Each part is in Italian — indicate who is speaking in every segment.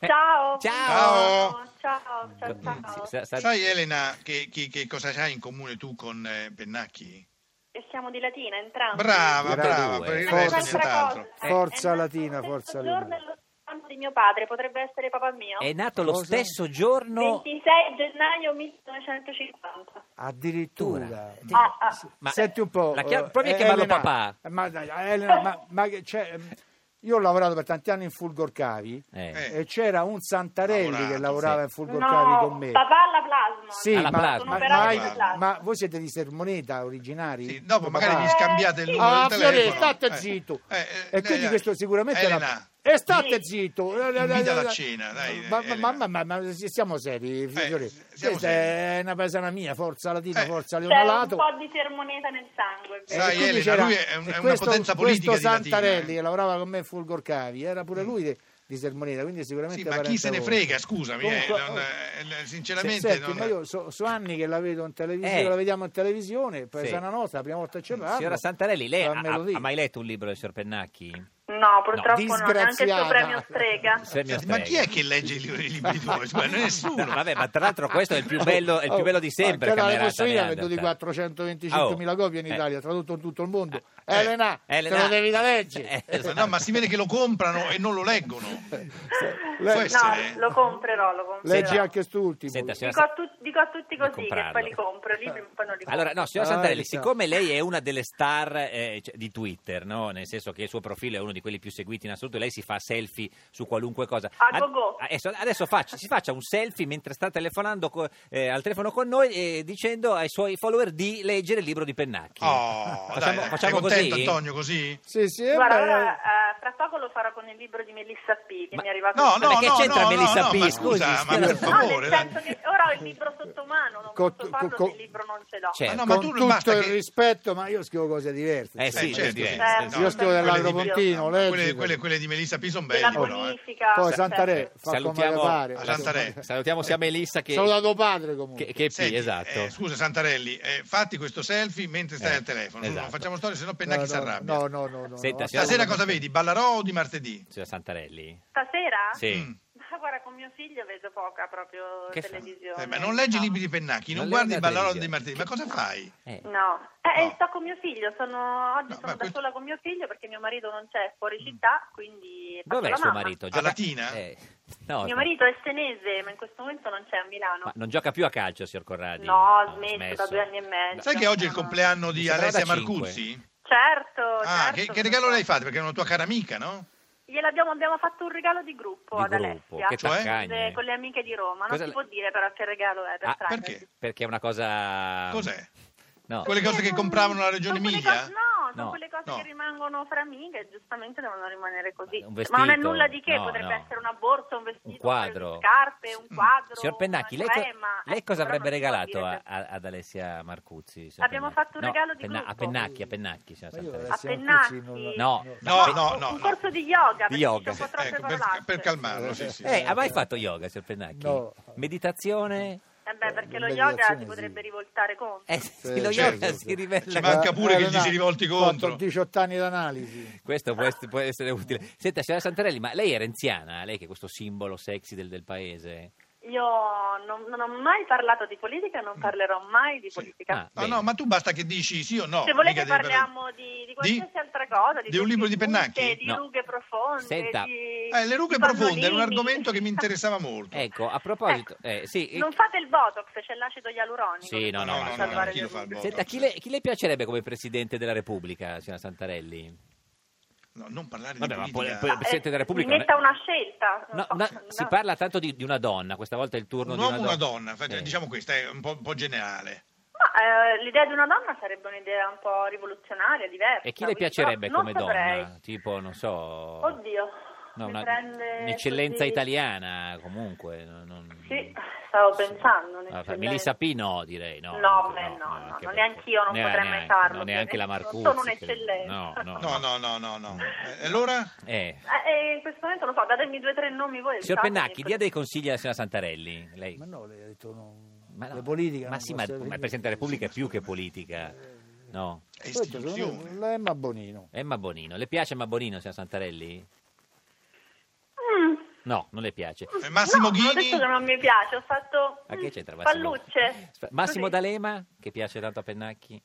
Speaker 1: Ciao.
Speaker 2: Eh, Ciao.
Speaker 1: Ciao, ciao, ciao.
Speaker 2: Sì, sa- sa-
Speaker 3: Sai Elena che, che- che cosa hai in comune tu con eh, Pennacchi?
Speaker 1: E siamo di Latina entrambi.
Speaker 3: Brava,
Speaker 2: Grande
Speaker 3: brava,
Speaker 2: due.
Speaker 3: per il
Speaker 1: È
Speaker 3: resto
Speaker 1: un'altra
Speaker 3: nient'altro.
Speaker 1: cosa.
Speaker 4: Forza
Speaker 1: È nato
Speaker 4: Latina,
Speaker 1: lo
Speaker 4: forza
Speaker 1: stesso giorno
Speaker 4: Latina.
Speaker 1: e lo stesso anno di mio padre, potrebbe essere papà mio.
Speaker 2: è nato lo
Speaker 4: Cosa?
Speaker 2: stesso giorno...
Speaker 1: 26 gennaio 1950.
Speaker 4: Addirittura.
Speaker 1: Ah, ah.
Speaker 2: Ma-
Speaker 4: Senti un po'.
Speaker 2: La chia-
Speaker 4: eh,
Speaker 2: provi a chiamarlo
Speaker 4: Elena,
Speaker 2: papà.
Speaker 4: Ma, dai, Elena, ma, ma che c'è, ehm, io ho lavorato per tanti anni in Fulgor Cavi
Speaker 2: Eh.
Speaker 3: Eh.
Speaker 4: e c'era un Santarelli che
Speaker 3: Lavorato,
Speaker 4: lavorava
Speaker 3: sì.
Speaker 4: in Fulgor Cavi
Speaker 1: No,
Speaker 4: con me.
Speaker 1: papà alla plasma.
Speaker 4: Sì,
Speaker 2: Alla
Speaker 4: ma,
Speaker 2: Plasma.
Speaker 4: ma-
Speaker 1: Sono operaio
Speaker 4: ma-
Speaker 1: alla Plasma.
Speaker 4: ma voi siete di Sermoneta originari?
Speaker 3: Sì, dopo
Speaker 4: Papà?
Speaker 3: magari gli scambiate il numero
Speaker 4: Ah,
Speaker 3: di
Speaker 4: Fiore,
Speaker 3: telefono.
Speaker 4: state
Speaker 3: Eh,
Speaker 4: zitto.
Speaker 3: eh, eh,
Speaker 4: e
Speaker 3: dai,
Speaker 4: quindi
Speaker 3: dai.
Speaker 4: questo sicuramente è
Speaker 3: Elena,
Speaker 4: la... E state
Speaker 1: Sì.
Speaker 4: zitto.
Speaker 3: Invitala a cena, dai,
Speaker 4: Ma, ma,
Speaker 3: Elena. Eh,
Speaker 4: ma, ma- ma- ma siamo seri, Fiore.
Speaker 3: siamo
Speaker 4: Questa
Speaker 3: seri.
Speaker 4: è una paesana mia, forza Latina,
Speaker 3: Eh.
Speaker 4: forza
Speaker 1: C'è
Speaker 4: Leonalato.
Speaker 1: un po' di sermoneta nel sangue.
Speaker 4: E
Speaker 1: vero?
Speaker 3: Sai, eh,
Speaker 4: quindi
Speaker 3: Elena,
Speaker 4: c'era-
Speaker 3: lui è un-
Speaker 4: e
Speaker 3: è una
Speaker 4: questo-
Speaker 3: potenza politica
Speaker 4: Questo
Speaker 3: di Latina,
Speaker 4: Santarelli
Speaker 3: eh. Mm.
Speaker 4: che lavorava con me in Fulgor Cavi, era pure lui de- di Sermoneta, quindi sicuramente
Speaker 3: Sì, ma
Speaker 4: parente
Speaker 3: chi se ne
Speaker 4: vostro.
Speaker 3: frega, scusami, eh,
Speaker 4: Comunque,
Speaker 3: non-
Speaker 4: oh,
Speaker 3: eh, eh,
Speaker 4: se-
Speaker 3: sinceramente
Speaker 4: senti,
Speaker 3: non-
Speaker 4: ma io so, so anni che la vedo in televisione,
Speaker 2: Eh. Mm.
Speaker 4: la vediamo in televisione, paesana nostra, la prima volta che c'era.
Speaker 2: Signora Santarelli, lei ha,
Speaker 4: fammelo
Speaker 2: ha-
Speaker 4: dire.
Speaker 2: ha mai letto un libro del signor Pennacchi?
Speaker 1: No, purtroppo no, neanche il
Speaker 4: disgraziata.
Speaker 1: suo premio strega.
Speaker 2: Se mi
Speaker 3: Ma chi è
Speaker 2: spiega.
Speaker 3: che legge i libri, i libri tuoi? Ma nessuno.
Speaker 2: No, vabbè, ma tra l'altro questo è il
Speaker 4: Oh,
Speaker 2: più bello, è il più bello di sempre.
Speaker 4: Però
Speaker 2: Camerata
Speaker 4: posso io ha
Speaker 2: Neanderthal.
Speaker 4: venduto i 425.000
Speaker 2: Oh.
Speaker 4: copie in
Speaker 2: Eh.
Speaker 4: Italia, tradotto in tutto il mondo.
Speaker 2: Eh.
Speaker 4: Elena,
Speaker 2: Elena.
Speaker 4: te lo devi da leggere.
Speaker 2: Eh,
Speaker 3: Ma
Speaker 2: esatto.
Speaker 3: no, ma si vede che lo comprano e non lo leggono.
Speaker 4: Le-
Speaker 3: Può essere?
Speaker 1: No, lo comprerò, lo comprerò.
Speaker 4: Cioè, Leggi anche quest'ultimo.
Speaker 2: Senta, signora
Speaker 1: Dico a, tu- dico a tutti
Speaker 2: Di
Speaker 1: così che
Speaker 2: comprarlo.
Speaker 1: poi li compro, i libri poi non li compro.
Speaker 2: Allora, no, signora
Speaker 4: Ah,
Speaker 2: Santarelli,
Speaker 4: chissà.
Speaker 2: siccome lei è una delle star eh, cioè, di Twitter, no? nel senso che il suo profilo è uno di quelli più seguiti in assoluto, lei si fa selfie su qualunque cosa.
Speaker 1: A
Speaker 2: Ad- Ah,
Speaker 1: go-go.
Speaker 2: Adesso, adesso faccia- si faccia un selfie mentre sta telefonando co- eh, al telefono con noi eh, dicendo ai suoi follower di leggere il libro di Pennacchi. Facciamo-
Speaker 3: Oh, dai, dai.
Speaker 2: facciamo
Speaker 3: Sei contento
Speaker 2: così?
Speaker 3: Antonio così?
Speaker 4: Sì, sì,
Speaker 1: Guarda,
Speaker 4: beh,
Speaker 1: ora, eh, fra poco lo farò con il libro di Melissa P, che
Speaker 2: Ma-
Speaker 1: mi è arrivato
Speaker 3: No,
Speaker 2: Ma
Speaker 3: no,
Speaker 2: che
Speaker 3: no,
Speaker 2: c'entra
Speaker 3: no,
Speaker 2: Melissa
Speaker 3: no,
Speaker 2: P?
Speaker 3: ma
Speaker 2: Scusi,
Speaker 3: scusa, ma
Speaker 2: signora-
Speaker 1: No,
Speaker 3: per
Speaker 1: nel
Speaker 3: favore, dai.
Speaker 1: senso che ora ho il libro sotto mano, non
Speaker 4: Co-
Speaker 1: posso farlo
Speaker 4: co-
Speaker 1: se il libro non ce l'ho.
Speaker 2: Certo.
Speaker 3: Ma Ah, no, ma
Speaker 4: con
Speaker 3: tu
Speaker 4: tutto
Speaker 3: basta
Speaker 4: il
Speaker 3: che-
Speaker 4: rispetto, ma io scrivo cose diverse.
Speaker 2: Eh sì,
Speaker 3: Eh,
Speaker 2: cioè,
Speaker 3: certo,
Speaker 2: diverso,
Speaker 3: sì.
Speaker 2: diverso.
Speaker 1: No,
Speaker 4: Io scrivo
Speaker 1: quelle di-
Speaker 4: dell'Agropontino,
Speaker 3: Quelle,
Speaker 4: leggi.
Speaker 3: quelle- quelle di Melissa P sono
Speaker 1: Che la
Speaker 3: belle, però. eh.
Speaker 1: bonifica.
Speaker 4: Poi
Speaker 1: certo.
Speaker 4: Santare, fa come
Speaker 2: Salutiamo-
Speaker 4: le pare.
Speaker 3: A Santarè.
Speaker 2: Salutiamo sia Melissa che,
Speaker 4: Salutato padre comunque.
Speaker 2: che, che P,
Speaker 3: Senti,
Speaker 2: esatto.
Speaker 3: eh, scusa Santarelli, eh, fatti questo selfie mentre stai
Speaker 2: Eh,
Speaker 3: al telefono.
Speaker 2: esatto.
Speaker 3: Non facciamo storie, sennò Pennacchi si arrabbia.
Speaker 4: No, no, no, no.
Speaker 2: Senta,
Speaker 4: no.
Speaker 2: signora-
Speaker 3: Stasera cosa vedi? Ballarò o di martedì?
Speaker 2: Signora Santarelli?
Speaker 1: Stasera?
Speaker 2: Sì.
Speaker 3: Mm.
Speaker 1: Ma guarda, con mio figlio vedo poca proprio
Speaker 2: Che fa?
Speaker 1: televisione.
Speaker 3: Eh, ma non leggi i
Speaker 1: No.
Speaker 3: libri di Pennacchi,
Speaker 2: Non
Speaker 3: non, guardi
Speaker 2: leggo
Speaker 3: il
Speaker 2: la
Speaker 3: Ballarò di
Speaker 2: televisione.
Speaker 3: martedì. Ma cosa fai?
Speaker 2: Eh.
Speaker 1: No, eh,
Speaker 3: No.
Speaker 1: eh, sto con mio figlio, sono... oggi
Speaker 3: No,
Speaker 1: sono
Speaker 3: ma
Speaker 1: da
Speaker 3: questo-
Speaker 1: sola con mio figlio perché mio marito non c'è, è fuori città, quindi... faccio
Speaker 2: Dov'è
Speaker 1: la
Speaker 2: suo
Speaker 1: mamma.
Speaker 2: marito?
Speaker 3: A Latina?
Speaker 2: Eh, no,
Speaker 1: Mio
Speaker 2: no.
Speaker 1: marito è senese, ma in questo momento non c'è a Milano.
Speaker 2: Ma non gioca più a calcio, signor Corradi?
Speaker 1: No,
Speaker 2: ha
Speaker 1: ha smesso, da due anni e mezzo.
Speaker 3: Sai che oggi è il
Speaker 1: Ah.
Speaker 3: compleanno
Speaker 2: Mi
Speaker 3: di
Speaker 2: sembrava
Speaker 3: Alessia
Speaker 2: da cinque.
Speaker 3: Marcuzzi?
Speaker 1: Certo,
Speaker 3: Ah,
Speaker 1: certo,
Speaker 3: che, che
Speaker 1: sono
Speaker 3: regalo
Speaker 1: qua.
Speaker 3: l'hai fatto? Perché è una tua cara amica, no?
Speaker 1: Gliel'abbiamo abbiamo fatto un regalo di gruppo
Speaker 2: Di
Speaker 1: ad
Speaker 2: gruppo,
Speaker 1: Alessia.
Speaker 2: che
Speaker 3: Cioè?
Speaker 2: tacagne.
Speaker 1: Eh, Con le amiche di Roma. Non
Speaker 2: Cosa
Speaker 1: si
Speaker 2: le-
Speaker 1: può dire però che regalo è per
Speaker 2: Ah,
Speaker 1: privacy.
Speaker 3: perché?
Speaker 2: Perché è una cosa... mm,
Speaker 3: Cos'è?
Speaker 2: No.
Speaker 3: Quelle cose che
Speaker 1: non-
Speaker 3: compravano la Regione
Speaker 1: sono quelle
Speaker 3: Emilia?
Speaker 1: cose- no, sono
Speaker 2: No.
Speaker 1: quelle cose
Speaker 3: No.
Speaker 1: che rimangono fra amiche e giustamente devono rimanere così.
Speaker 2: Un vestito,
Speaker 1: Ma non è nulla di che,
Speaker 2: no,
Speaker 1: potrebbe
Speaker 2: no.
Speaker 1: essere una borsa, un vestito,
Speaker 2: Un quadro.
Speaker 1: delle scarpe, un
Speaker 3: Mm.
Speaker 1: quadro.
Speaker 2: Signor Pennacchi, lei,
Speaker 1: una
Speaker 2: co-
Speaker 1: crema.
Speaker 2: lei
Speaker 1: Ecco,
Speaker 2: cosa
Speaker 1: però
Speaker 2: avrebbe
Speaker 1: non si può
Speaker 2: regalato eh?
Speaker 1: dire
Speaker 2: a-
Speaker 1: per-
Speaker 2: a- ad Alessia Marcuzzi? signor
Speaker 1: Abbiamo
Speaker 2: Pennacchi?
Speaker 1: fatto un regalo di
Speaker 2: Penna- A
Speaker 1: gruppo.
Speaker 2: Pennacchi, a Pennacchi, signor
Speaker 4: Ma io
Speaker 2: Santarelli.
Speaker 4: adesso-
Speaker 1: A
Speaker 4: Siamo
Speaker 1: pennacchi?
Speaker 4: tutti,
Speaker 2: no.
Speaker 3: No,
Speaker 1: Ma-
Speaker 3: no,
Speaker 1: un-
Speaker 3: no,
Speaker 1: Un
Speaker 3: no.
Speaker 1: corso di yoga.
Speaker 2: Di
Speaker 1: perché ci
Speaker 2: yoga,
Speaker 1: sono troppe
Speaker 3: Ecco, per,
Speaker 1: parolacce.
Speaker 3: per calmarlo, sì, sì.
Speaker 2: Eh, ha mai fatto yoga, signor Pennacchi?
Speaker 4: No.
Speaker 2: Meditazione?
Speaker 1: Eh beh, perché lo
Speaker 4: Beh,
Speaker 1: yoga
Speaker 4: meditazione
Speaker 1: si
Speaker 4: sì.
Speaker 1: potrebbe rivoltare contro.
Speaker 2: Eh, sì, lo
Speaker 3: certo.
Speaker 2: yoga si rivela... Eh,
Speaker 3: Ci manca pure che gli
Speaker 4: Elena,
Speaker 3: si rivolti contro.
Speaker 4: 18 anni d'analisi.
Speaker 2: Questo può essere, può essere utile. Senta, signora Santarelli, ma lei è renziana? eh, Lei che è questo simbolo sexy del, del paese?
Speaker 3: Eh.
Speaker 1: Io non, non ho mai parlato di politica e
Speaker 3: Mm.
Speaker 1: non parlerò mai di politica.
Speaker 2: Ah,
Speaker 3: No, no, ma tu basta che dici sì o no.
Speaker 1: Se
Speaker 3: mica
Speaker 1: volete
Speaker 3: devi parlare-
Speaker 1: parliamo di, di qualsiasi altra cosa, di,
Speaker 3: di un libro di
Speaker 1: tecniche,
Speaker 3: Pennacchi?
Speaker 1: di
Speaker 2: No.
Speaker 1: rughe profonde,
Speaker 2: Senta.
Speaker 1: di
Speaker 3: Eh, le rughe
Speaker 1: di
Speaker 3: profonde è un
Speaker 1: pannolini.
Speaker 3: argomento che mi interessava molto.
Speaker 2: Ecco, a proposito... eh, sì, eh,
Speaker 1: Non fate il botox, c'è l'acido ialuronico.
Speaker 2: Sì, no,
Speaker 1: che
Speaker 2: no,
Speaker 1: serve
Speaker 2: no,
Speaker 1: a
Speaker 2: no,
Speaker 1: salvare
Speaker 2: no,
Speaker 3: chi
Speaker 1: le
Speaker 3: lo fa il
Speaker 1: rughe.
Speaker 3: botox?
Speaker 2: Senta, chi le, chi le piacerebbe come Presidente della Repubblica, signora Santarelli?
Speaker 3: No, non parlare
Speaker 2: Vabbè, ma
Speaker 3: di politica.
Speaker 2: poi- poi- Presidente della Repubblica
Speaker 1: eh, Mi
Speaker 2: non è-
Speaker 1: metta una scelta. non
Speaker 2: No,
Speaker 1: so,
Speaker 2: una-
Speaker 1: no.
Speaker 2: si parla tanto di, di una donna, questa volta è il turno
Speaker 3: Un
Speaker 2: di una
Speaker 3: uomo o
Speaker 2: donna.
Speaker 3: una donna, Faccia-
Speaker 2: Eh.
Speaker 3: diciamo questa è un po', un po' generale.
Speaker 1: Ma, eh, l'idea di una donna sarebbe un'idea un po' rivoluzionaria, diversa.
Speaker 2: E chi le
Speaker 1: quindi,
Speaker 2: piacerebbe
Speaker 1: però,
Speaker 2: come
Speaker 1: non saprei.
Speaker 2: donna? Tipo, non so...
Speaker 1: Oddio.
Speaker 2: No,
Speaker 1: mi
Speaker 2: una-
Speaker 1: prende
Speaker 2: un'eccellenza
Speaker 1: così-
Speaker 2: italiana comunque. non- non-
Speaker 1: Sì, stavo pensando.
Speaker 2: Allora,
Speaker 1: onestamente.
Speaker 2: Melissa P no, direi no.
Speaker 1: No, beh, no, no,
Speaker 2: anche
Speaker 1: no,
Speaker 2: perché-
Speaker 1: neanch'io non
Speaker 2: ne-
Speaker 1: potrei mai
Speaker 2: neanche,
Speaker 1: farlo,
Speaker 2: no, neanche la
Speaker 1: ovviamente.
Speaker 2: Marcuzzi.
Speaker 1: Non sono
Speaker 2: credo.
Speaker 1: un'eccellenza.
Speaker 2: No, no.
Speaker 3: No, no, no, no, no. Eh, allora?
Speaker 2: Eh.
Speaker 1: Eh, eh, in questo momento non so, datemi due o tre nomi voi.
Speaker 2: Signor
Speaker 1: pensatemi,
Speaker 2: Pennacchi, dia
Speaker 1: così.
Speaker 2: dei consigli alla signora Santarelli. Lei...
Speaker 4: Ma no, lei ha detto no.
Speaker 2: Ma no,
Speaker 4: le politiche.
Speaker 2: Ma
Speaker 4: non
Speaker 2: sì, ma, ma
Speaker 4: possono-
Speaker 2: il Presidente della Repubblica è più che politica.
Speaker 4: Eh,
Speaker 2: No.
Speaker 3: È
Speaker 4: Questo secondo me
Speaker 3: istituzione.
Speaker 4: è Emma Bonino.
Speaker 2: Emma Bonino. Le piace Emma Bonino, signora Santarelli?
Speaker 1: Mm.
Speaker 2: No, non le piace.
Speaker 3: Eh, Massimo
Speaker 1: no, non Ho
Speaker 3: Ghini?
Speaker 1: detto che non mi piace, ho fatto
Speaker 2: Ma che c'entra
Speaker 1: mm,
Speaker 2: Massimo?
Speaker 1: pallucce.
Speaker 2: Sp- Massimo
Speaker 1: Così.
Speaker 2: D'Alema, che piace tanto a Pennacchi?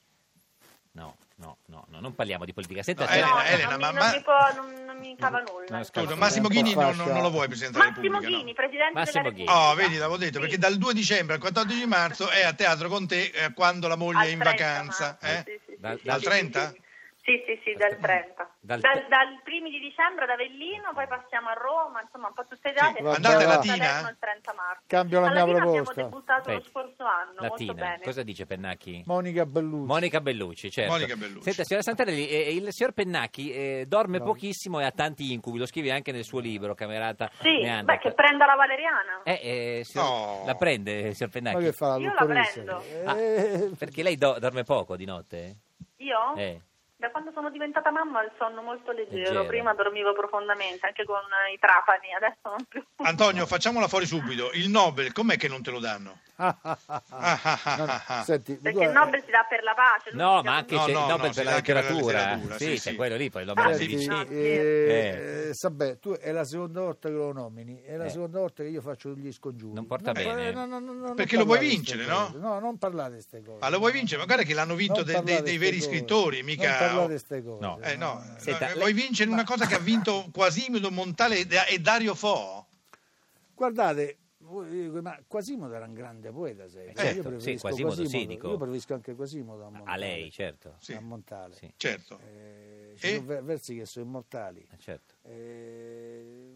Speaker 2: No, no, no, no, non parliamo di politica. Senta,
Speaker 3: No,
Speaker 2: c'è-
Speaker 1: No,
Speaker 3: Elena,
Speaker 1: no,
Speaker 3: Elena,
Speaker 1: non,
Speaker 3: ma-
Speaker 1: mi, non
Speaker 3: ma-
Speaker 1: mi può, non, non mi cava nulla.
Speaker 2: no, scusa,
Speaker 3: Scusa, Massimo Ghini non, non- non lo vuoi Presidente della
Speaker 1: Massimo
Speaker 3: Repubblica? no?
Speaker 1: Ghini, presidente
Speaker 2: Massimo
Speaker 1: della
Speaker 2: Ghini.
Speaker 1: Repubblica.
Speaker 3: Oh, vedi, l'avevo detto,
Speaker 1: Sì.
Speaker 3: perché dal 2 dicembre al 14 marzo è a teatro con te eh, quando la moglie
Speaker 1: Al
Speaker 3: è in
Speaker 1: 30
Speaker 3: vacanza.
Speaker 1: marzo,
Speaker 3: eh?
Speaker 1: sì, sì, sì,
Speaker 2: Dal-
Speaker 1: sì,
Speaker 3: dal
Speaker 1: sì,
Speaker 3: 30?
Speaker 1: sì, sì. Sì, sì, sì, dal 30.
Speaker 2: Dal-
Speaker 1: Dal, dal primi di dicembre ad Avellino, poi passiamo a Roma, insomma un po' tutte le date.
Speaker 4: Sì, vabbè,
Speaker 3: andate
Speaker 4: va.
Speaker 1: a
Speaker 3: Latina?
Speaker 1: Salerno il 30 marzo.
Speaker 4: Cambio la
Speaker 1: Alla
Speaker 4: mia
Speaker 1: Latina
Speaker 4: proposta.
Speaker 1: abbiamo debuttato lo
Speaker 2: Aspetta,
Speaker 1: scorso anno, molto
Speaker 2: Latina,
Speaker 1: bene.
Speaker 2: cosa dice Pennacchi?
Speaker 4: Monica Bellucci.
Speaker 2: Monica Bellucci, certo.
Speaker 3: Monica Bellucci.
Speaker 2: Senta, signora Santarelli, eh, il signor Pennacchi eh, dorme
Speaker 4: No.
Speaker 2: pochissimo e ha tanti incubi, lo scrive anche nel suo libro, Camerata
Speaker 1: Sì,
Speaker 2: Neanderthal.
Speaker 1: beh, che prenda la Valeriana.
Speaker 2: Eh, eh, signor-
Speaker 3: Oh.
Speaker 2: La prende, eh, signor
Speaker 4: Ma che
Speaker 2: Pennacchi?
Speaker 4: fa la
Speaker 1: Io la
Speaker 4: dottoressa?
Speaker 1: prendo.
Speaker 2: Ah,
Speaker 4: Eh,
Speaker 2: perché lei do- dorme poco di notte?
Speaker 1: Io?
Speaker 2: Eh.
Speaker 1: Da quando sono diventata mamma ho il sonno molto leggero.
Speaker 2: Leggero.
Speaker 1: prima dormivo profondamente, anche con eh, i trapani, adesso non più.
Speaker 3: Antonio, facciamola fuori subito. Il Nobel, com'è che non te lo danno?
Speaker 4: ah, ah, ah, ah.
Speaker 3: Ah, ah, ah,
Speaker 4: No,
Speaker 3: ah, ah.
Speaker 4: senti,
Speaker 1: Perché
Speaker 4: guarda,
Speaker 1: il Nobel si dà per la pace. lui
Speaker 2: No,
Speaker 1: si dà
Speaker 2: ma anche
Speaker 3: No,
Speaker 2: c'è il
Speaker 3: no,
Speaker 2: Nobel
Speaker 3: no,
Speaker 2: per
Speaker 3: c'è
Speaker 2: la
Speaker 3: anche per la
Speaker 2: letteratura.
Speaker 3: letteratura,
Speaker 2: Sì,
Speaker 3: sì,
Speaker 2: c'è
Speaker 3: sì.
Speaker 2: quello lì, poi lo
Speaker 3: Ah,
Speaker 4: senti,
Speaker 3: sì,
Speaker 2: meravigli.
Speaker 3: dice.
Speaker 4: diciamo eh, eh, Sabè, tu è la seconda volta che lo nomini, è la
Speaker 2: Eh.
Speaker 4: seconda volta che io faccio degli scongiuri.
Speaker 2: Non porta
Speaker 4: par-
Speaker 2: bene.
Speaker 4: no, no, no, no, non
Speaker 3: Perché lo vuoi
Speaker 4: parlate di
Speaker 3: vincere,
Speaker 4: ste cose.
Speaker 3: no?
Speaker 4: No, non parlate di queste cose.
Speaker 3: Ah, lo vuoi vincere? Ma guarda che l'hanno vinto
Speaker 4: Non
Speaker 3: de- de-
Speaker 4: parlate
Speaker 3: dei
Speaker 4: di ste
Speaker 3: veri
Speaker 4: cose.
Speaker 3: scrittori,
Speaker 4: Non
Speaker 3: mica...
Speaker 4: parlate di ste cose.
Speaker 2: No.
Speaker 3: Eh, no,
Speaker 2: ah. Senta,
Speaker 3: eh,
Speaker 2: lei-
Speaker 3: vuoi vincere una cosa che ha vinto Quasimodo, Montale e- e Dario Fo?
Speaker 4: Guardate, voi- ma Quasimodo era un grande poeta, sai.
Speaker 2: certo,
Speaker 4: io
Speaker 2: sì,
Speaker 4: preferisco
Speaker 2: Quasimodo, sì, dico.
Speaker 4: Io preferisco anche Quasimodo a Montale.
Speaker 2: A lei, certo.
Speaker 3: Sì.
Speaker 4: A Montale.
Speaker 2: Sì.
Speaker 3: Certo.
Speaker 4: Eh, ci sono ver- versi che sono immortali.
Speaker 2: Eh, certo.
Speaker 4: Eh,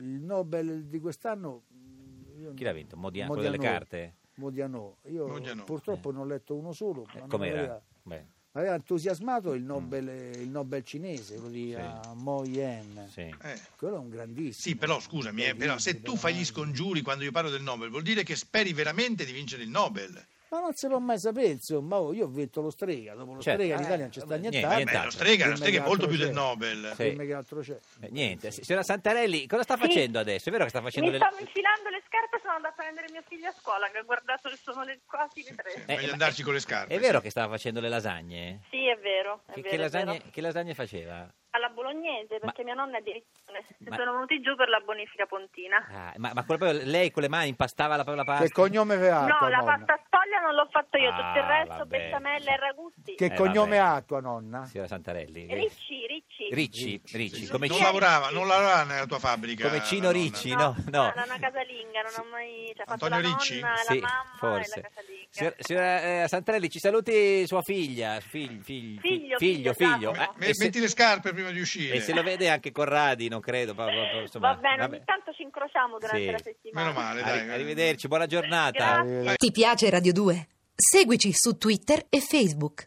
Speaker 4: il Nobel di quest'anno... mm, io-
Speaker 2: Chi l'ha vinto? Modiano, quello delle
Speaker 4: Modiano.
Speaker 2: carte?
Speaker 4: Modiano. Io
Speaker 3: Modiano.
Speaker 4: purtroppo ne ho letto uno solo. ma
Speaker 2: Eh,
Speaker 4: non
Speaker 2: com'era?
Speaker 4: aveva-
Speaker 2: Beh, Mm.
Speaker 4: mi aveva entusiasmato il Nobel, il Nobel cinese, quello di
Speaker 2: Sì.
Speaker 4: ah, Mo Yen.
Speaker 2: sì.
Speaker 3: Eh.
Speaker 4: Quello è un grandissimo.
Speaker 3: Sì, però scusami, eh, però se tu fai gli scongiuri quando io parlo del Nobel, vuol dire che speri veramente di vincere il Nobel. Eh,
Speaker 4: Ma non se l'ho mai sapere, insomma, oh, io ho vinto lo strega, dopo lo
Speaker 2: Certo.
Speaker 4: strega in Italia non c'è sta
Speaker 2: Eh,
Speaker 4: niente.
Speaker 2: niente,
Speaker 3: Beh,
Speaker 2: Esatto.
Speaker 3: lo strega, lo
Speaker 4: Dimmi
Speaker 3: strega è
Speaker 4: che
Speaker 3: molto
Speaker 4: altro
Speaker 3: più del
Speaker 4: c'è.
Speaker 3: Nobel.
Speaker 2: Sì.
Speaker 4: Dimmi che altro c'è.
Speaker 2: Eh, niente, signora Santarelli, cosa sta
Speaker 1: Sì.
Speaker 2: facendo adesso? È vero che sta facendo
Speaker 1: Mi
Speaker 2: le...
Speaker 1: stavo infilando le scarpe, sono andata a prendere mio figlio a scuola, che ha guardato che sono le, quasi le tre.
Speaker 3: Eh. Meglio
Speaker 2: ma-
Speaker 3: andarci con le scarpe,
Speaker 2: È vero
Speaker 3: sì.
Speaker 2: che stava facendo le lasagne?
Speaker 1: Sì, è vero, è
Speaker 2: Che,
Speaker 1: vero,
Speaker 2: che
Speaker 1: è
Speaker 2: lasagne,
Speaker 1: vero.
Speaker 2: che lasagne faceva?
Speaker 1: Alla bolognese, perché mia nonna è di Rizzone.
Speaker 2: Ma-
Speaker 1: Sono venuti giù per la bonifica pontina.
Speaker 2: Ah, ma, ma quello proprio lei con le mani impastava la, la pasta?
Speaker 4: Che cognome aveva
Speaker 1: no,
Speaker 4: tua
Speaker 1: la
Speaker 4: nonna?
Speaker 1: pasta sfoglia non l'ho fatto io, tutto il
Speaker 2: Ah,
Speaker 1: resto,
Speaker 2: vabbè.
Speaker 1: besciamella e ragusti.
Speaker 4: Che
Speaker 2: Eh,
Speaker 4: cognome
Speaker 2: vabbè.
Speaker 4: ha tua nonna?
Speaker 2: Signora Santarelli. che-
Speaker 1: Ricci, Ricci.
Speaker 2: Ricci, Ricci, come,
Speaker 3: non
Speaker 2: Cino-
Speaker 3: lavorava, non lavorava nella tua fabbrica.
Speaker 2: come Cino
Speaker 3: la nonna.
Speaker 2: Ricci, no? no.
Speaker 1: Era una casalinga, non ho mai... Cioè, ha fatto la
Speaker 3: Antonio
Speaker 1: nonna,
Speaker 3: Ricci?
Speaker 1: la
Speaker 2: Sì,
Speaker 1: mamma e la
Speaker 2: forse.
Speaker 1: casalinga.
Speaker 2: Signora, signora, eh, Santarelli, ci saluti sua figlia. Fig- fig- figlio,
Speaker 1: Figlio, figlio,
Speaker 2: figlio.
Speaker 1: esatto.
Speaker 2: Eh,
Speaker 3: Me-
Speaker 2: e se-
Speaker 3: Metti le scarpe prima di uscire.
Speaker 2: E se lo vede anche Corradi, non credo. pa- pa- pa- insomma,
Speaker 1: va bene,
Speaker 2: vabbè.
Speaker 1: ogni tanto ci incrociamo durante
Speaker 2: Sì.
Speaker 1: la settimana.
Speaker 3: Meno male.
Speaker 2: Arri-
Speaker 3: dai.
Speaker 2: arrivederci, buona giornata.
Speaker 1: Grazie.
Speaker 4: Eh,
Speaker 5: Ti piace Radio 2? Seguici su Twitter e Facebook.